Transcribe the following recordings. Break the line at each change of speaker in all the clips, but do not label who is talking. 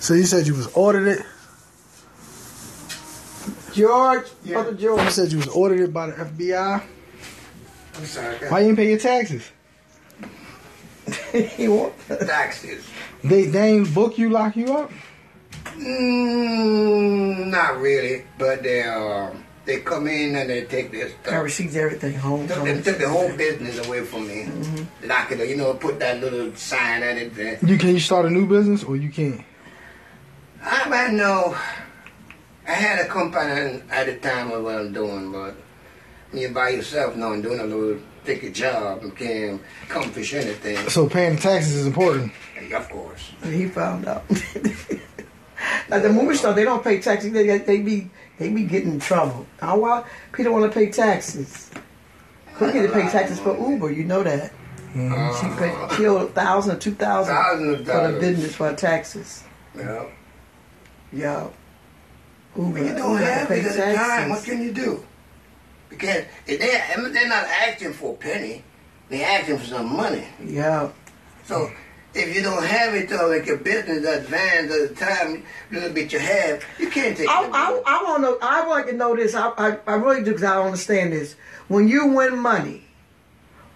So you said you was ordered it.
George,
Yeah.
Brother George.
You said you was ordered it by the FBI.
I'm sorry, I got
Why you didn't pay your taxes?
he want
taxes.
They they ain't book you, lock you up.
Mm, not really, but they um, they come in and they take their
I
stuff.
received everything home.
Took, they took the whole business away from me.
Mm-hmm.
Lock it up, you know, put that little sign on it. There.
You can you start a new business or you can't.
I might know. I had a company at the time of what I'm doing, but when you're by yourself, no, and doing a little ticket job, you can't accomplish anything.
So paying the taxes is important.
Of course.
He found out. Now the movie star, they don't pay taxes. They, they- they be they be getting in trouble. Now, why people want to pay taxes? Cookie to pay taxes for Uber, you know that. She paid, she owed a thousand or two thousand
Uh-huh. Thousand Uh, of
Mm-hmm. for the
dollars.
business for her taxes.
Yeah.
Yeah. Uber,
You
Uber
don't have
pay
it at the
taxes.
time. What can you do? Because if they, I mean, they're not asking for a penny. They're asking for some money.
Yeah.
So if you don't have it, though, like your business advance at the time, little bit you have, you can't take
I,
it.
I, I want to. I want to know this. I, I, I really do because I don't understand this. When you win money,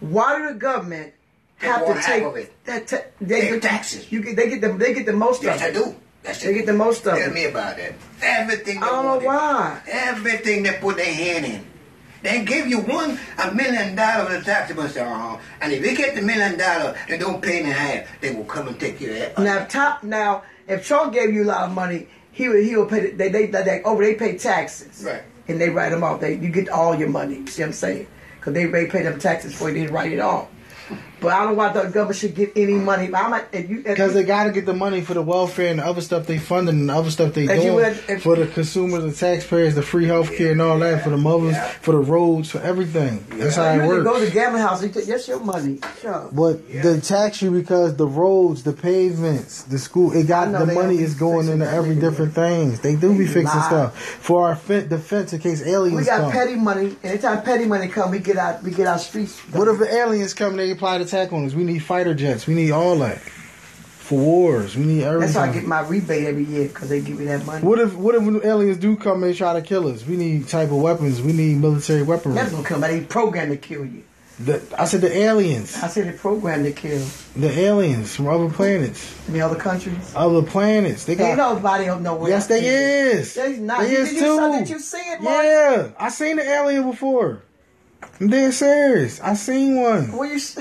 why do the government
They
have to
want half
take
of it.
that? ta-
Their
get-
taxes.
You get, they get the they get the most
Yes,
of
I
it.
do. That's
They get the most of
Tell
it.
me about that. Everything.
I
they
don't know
wanted.
why.
Everything they put their hand in. They give you one a million dollar of the tax money, uh-huh. and if you get the million dollar and don't pay any half, they will come and take your half.
Now, if top now, if Trump gave you a lot of money, he would he would pay. the- They they they, they oh they pay taxes.
Right.
And they write them off. They you get all your money. See what I'm saying? Because they they pay them taxes for you. They write it off. But I don't know why the government should get any money. But I'm like, if you if
Because
you-
they got to get the money for the welfare and the other stuff they funding and the other stuff they
If you
doing
would- if-
for the consumers, the taxpayers, the free healthcare and all that for the mothers,
Yeah.
for the roads, for everything. That's how
you
it
can
works.
go to gambling house. You take, that's your money. Sure.
but they tax you because the roads, the pavements, the school, it
I
got
know
the
they
money
don't
is going
fix it
into
that
every
nigga.
different things. They do be
They
fixing
lie.
stuff for our fe- defense in case aliens
We got
come.
petty money. and Anytime petty money come, we get out. We get our streets. done.
what if the aliens come? They apply the tax on us. We need fighter jets. We need all that for wars. We need everything.
That's how I get my rebate every year because they give me that money.
What if what if when aliens do come and try to kill us? We need type of weapons. We need military weaponry.
That's gonna come. out. They programmed to kill you.
The- I said the aliens,
I said they programmed to kill.
the aliens from other planets,
In the other countries.
other planets. They
Ain't
got.
nobody up nowhere.
Yes, they is.
They not.
They
Did
is
you-
too.
Did you see it, Mark?
Yeah, I seen the alien before. I'm dead serious. I seen one.
Well, you s-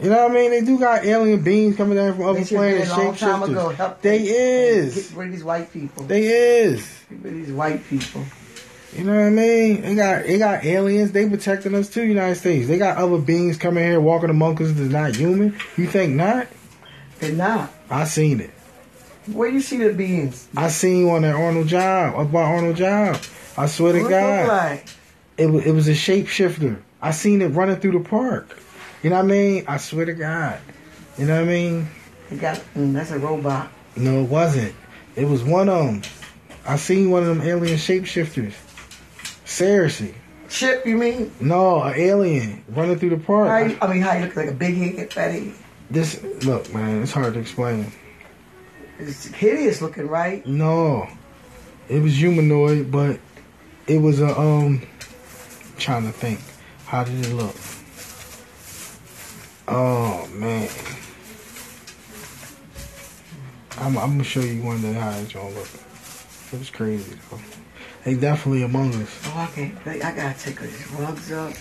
You know what I mean? They do got alien beings coming down from other
they should have been
planets,
a long time ago.
shapeshifters.
Help
They
them.
is.
Get rid of these white people.
They is.
Get rid of these white people.
You know what I mean? They got they got aliens. They protecting us too, United States. They got other beings coming here walking among us that's not human. You think not?
They're not.
I seen it.
Where you see the beings?
I seen one at Arnold Job up by Arnold Job. I swear to
What
God,
look like?
it was it was a shapeshifter. I seen it running through the park. You know what I mean? I swear to God. You know what I mean?
They got. Mm, that's a robot.
No, it wasn't. It was one of them. I seen one of them alien shapeshifters. Seriously,
Chip, you mean?
no, an alien running through the park.
How you, I mean, how you look like a big head, fat head.
This look, man, it's hard to explain.
It's hideous looking, right?
No, it was humanoid, but it was a um. Trying to think, how did it look? Oh man, I'm, I'm gonna show you one day how it's gonna look. It was crazy though. They definitely among us.
Oh, I can't. play. I gotta take these rugs up.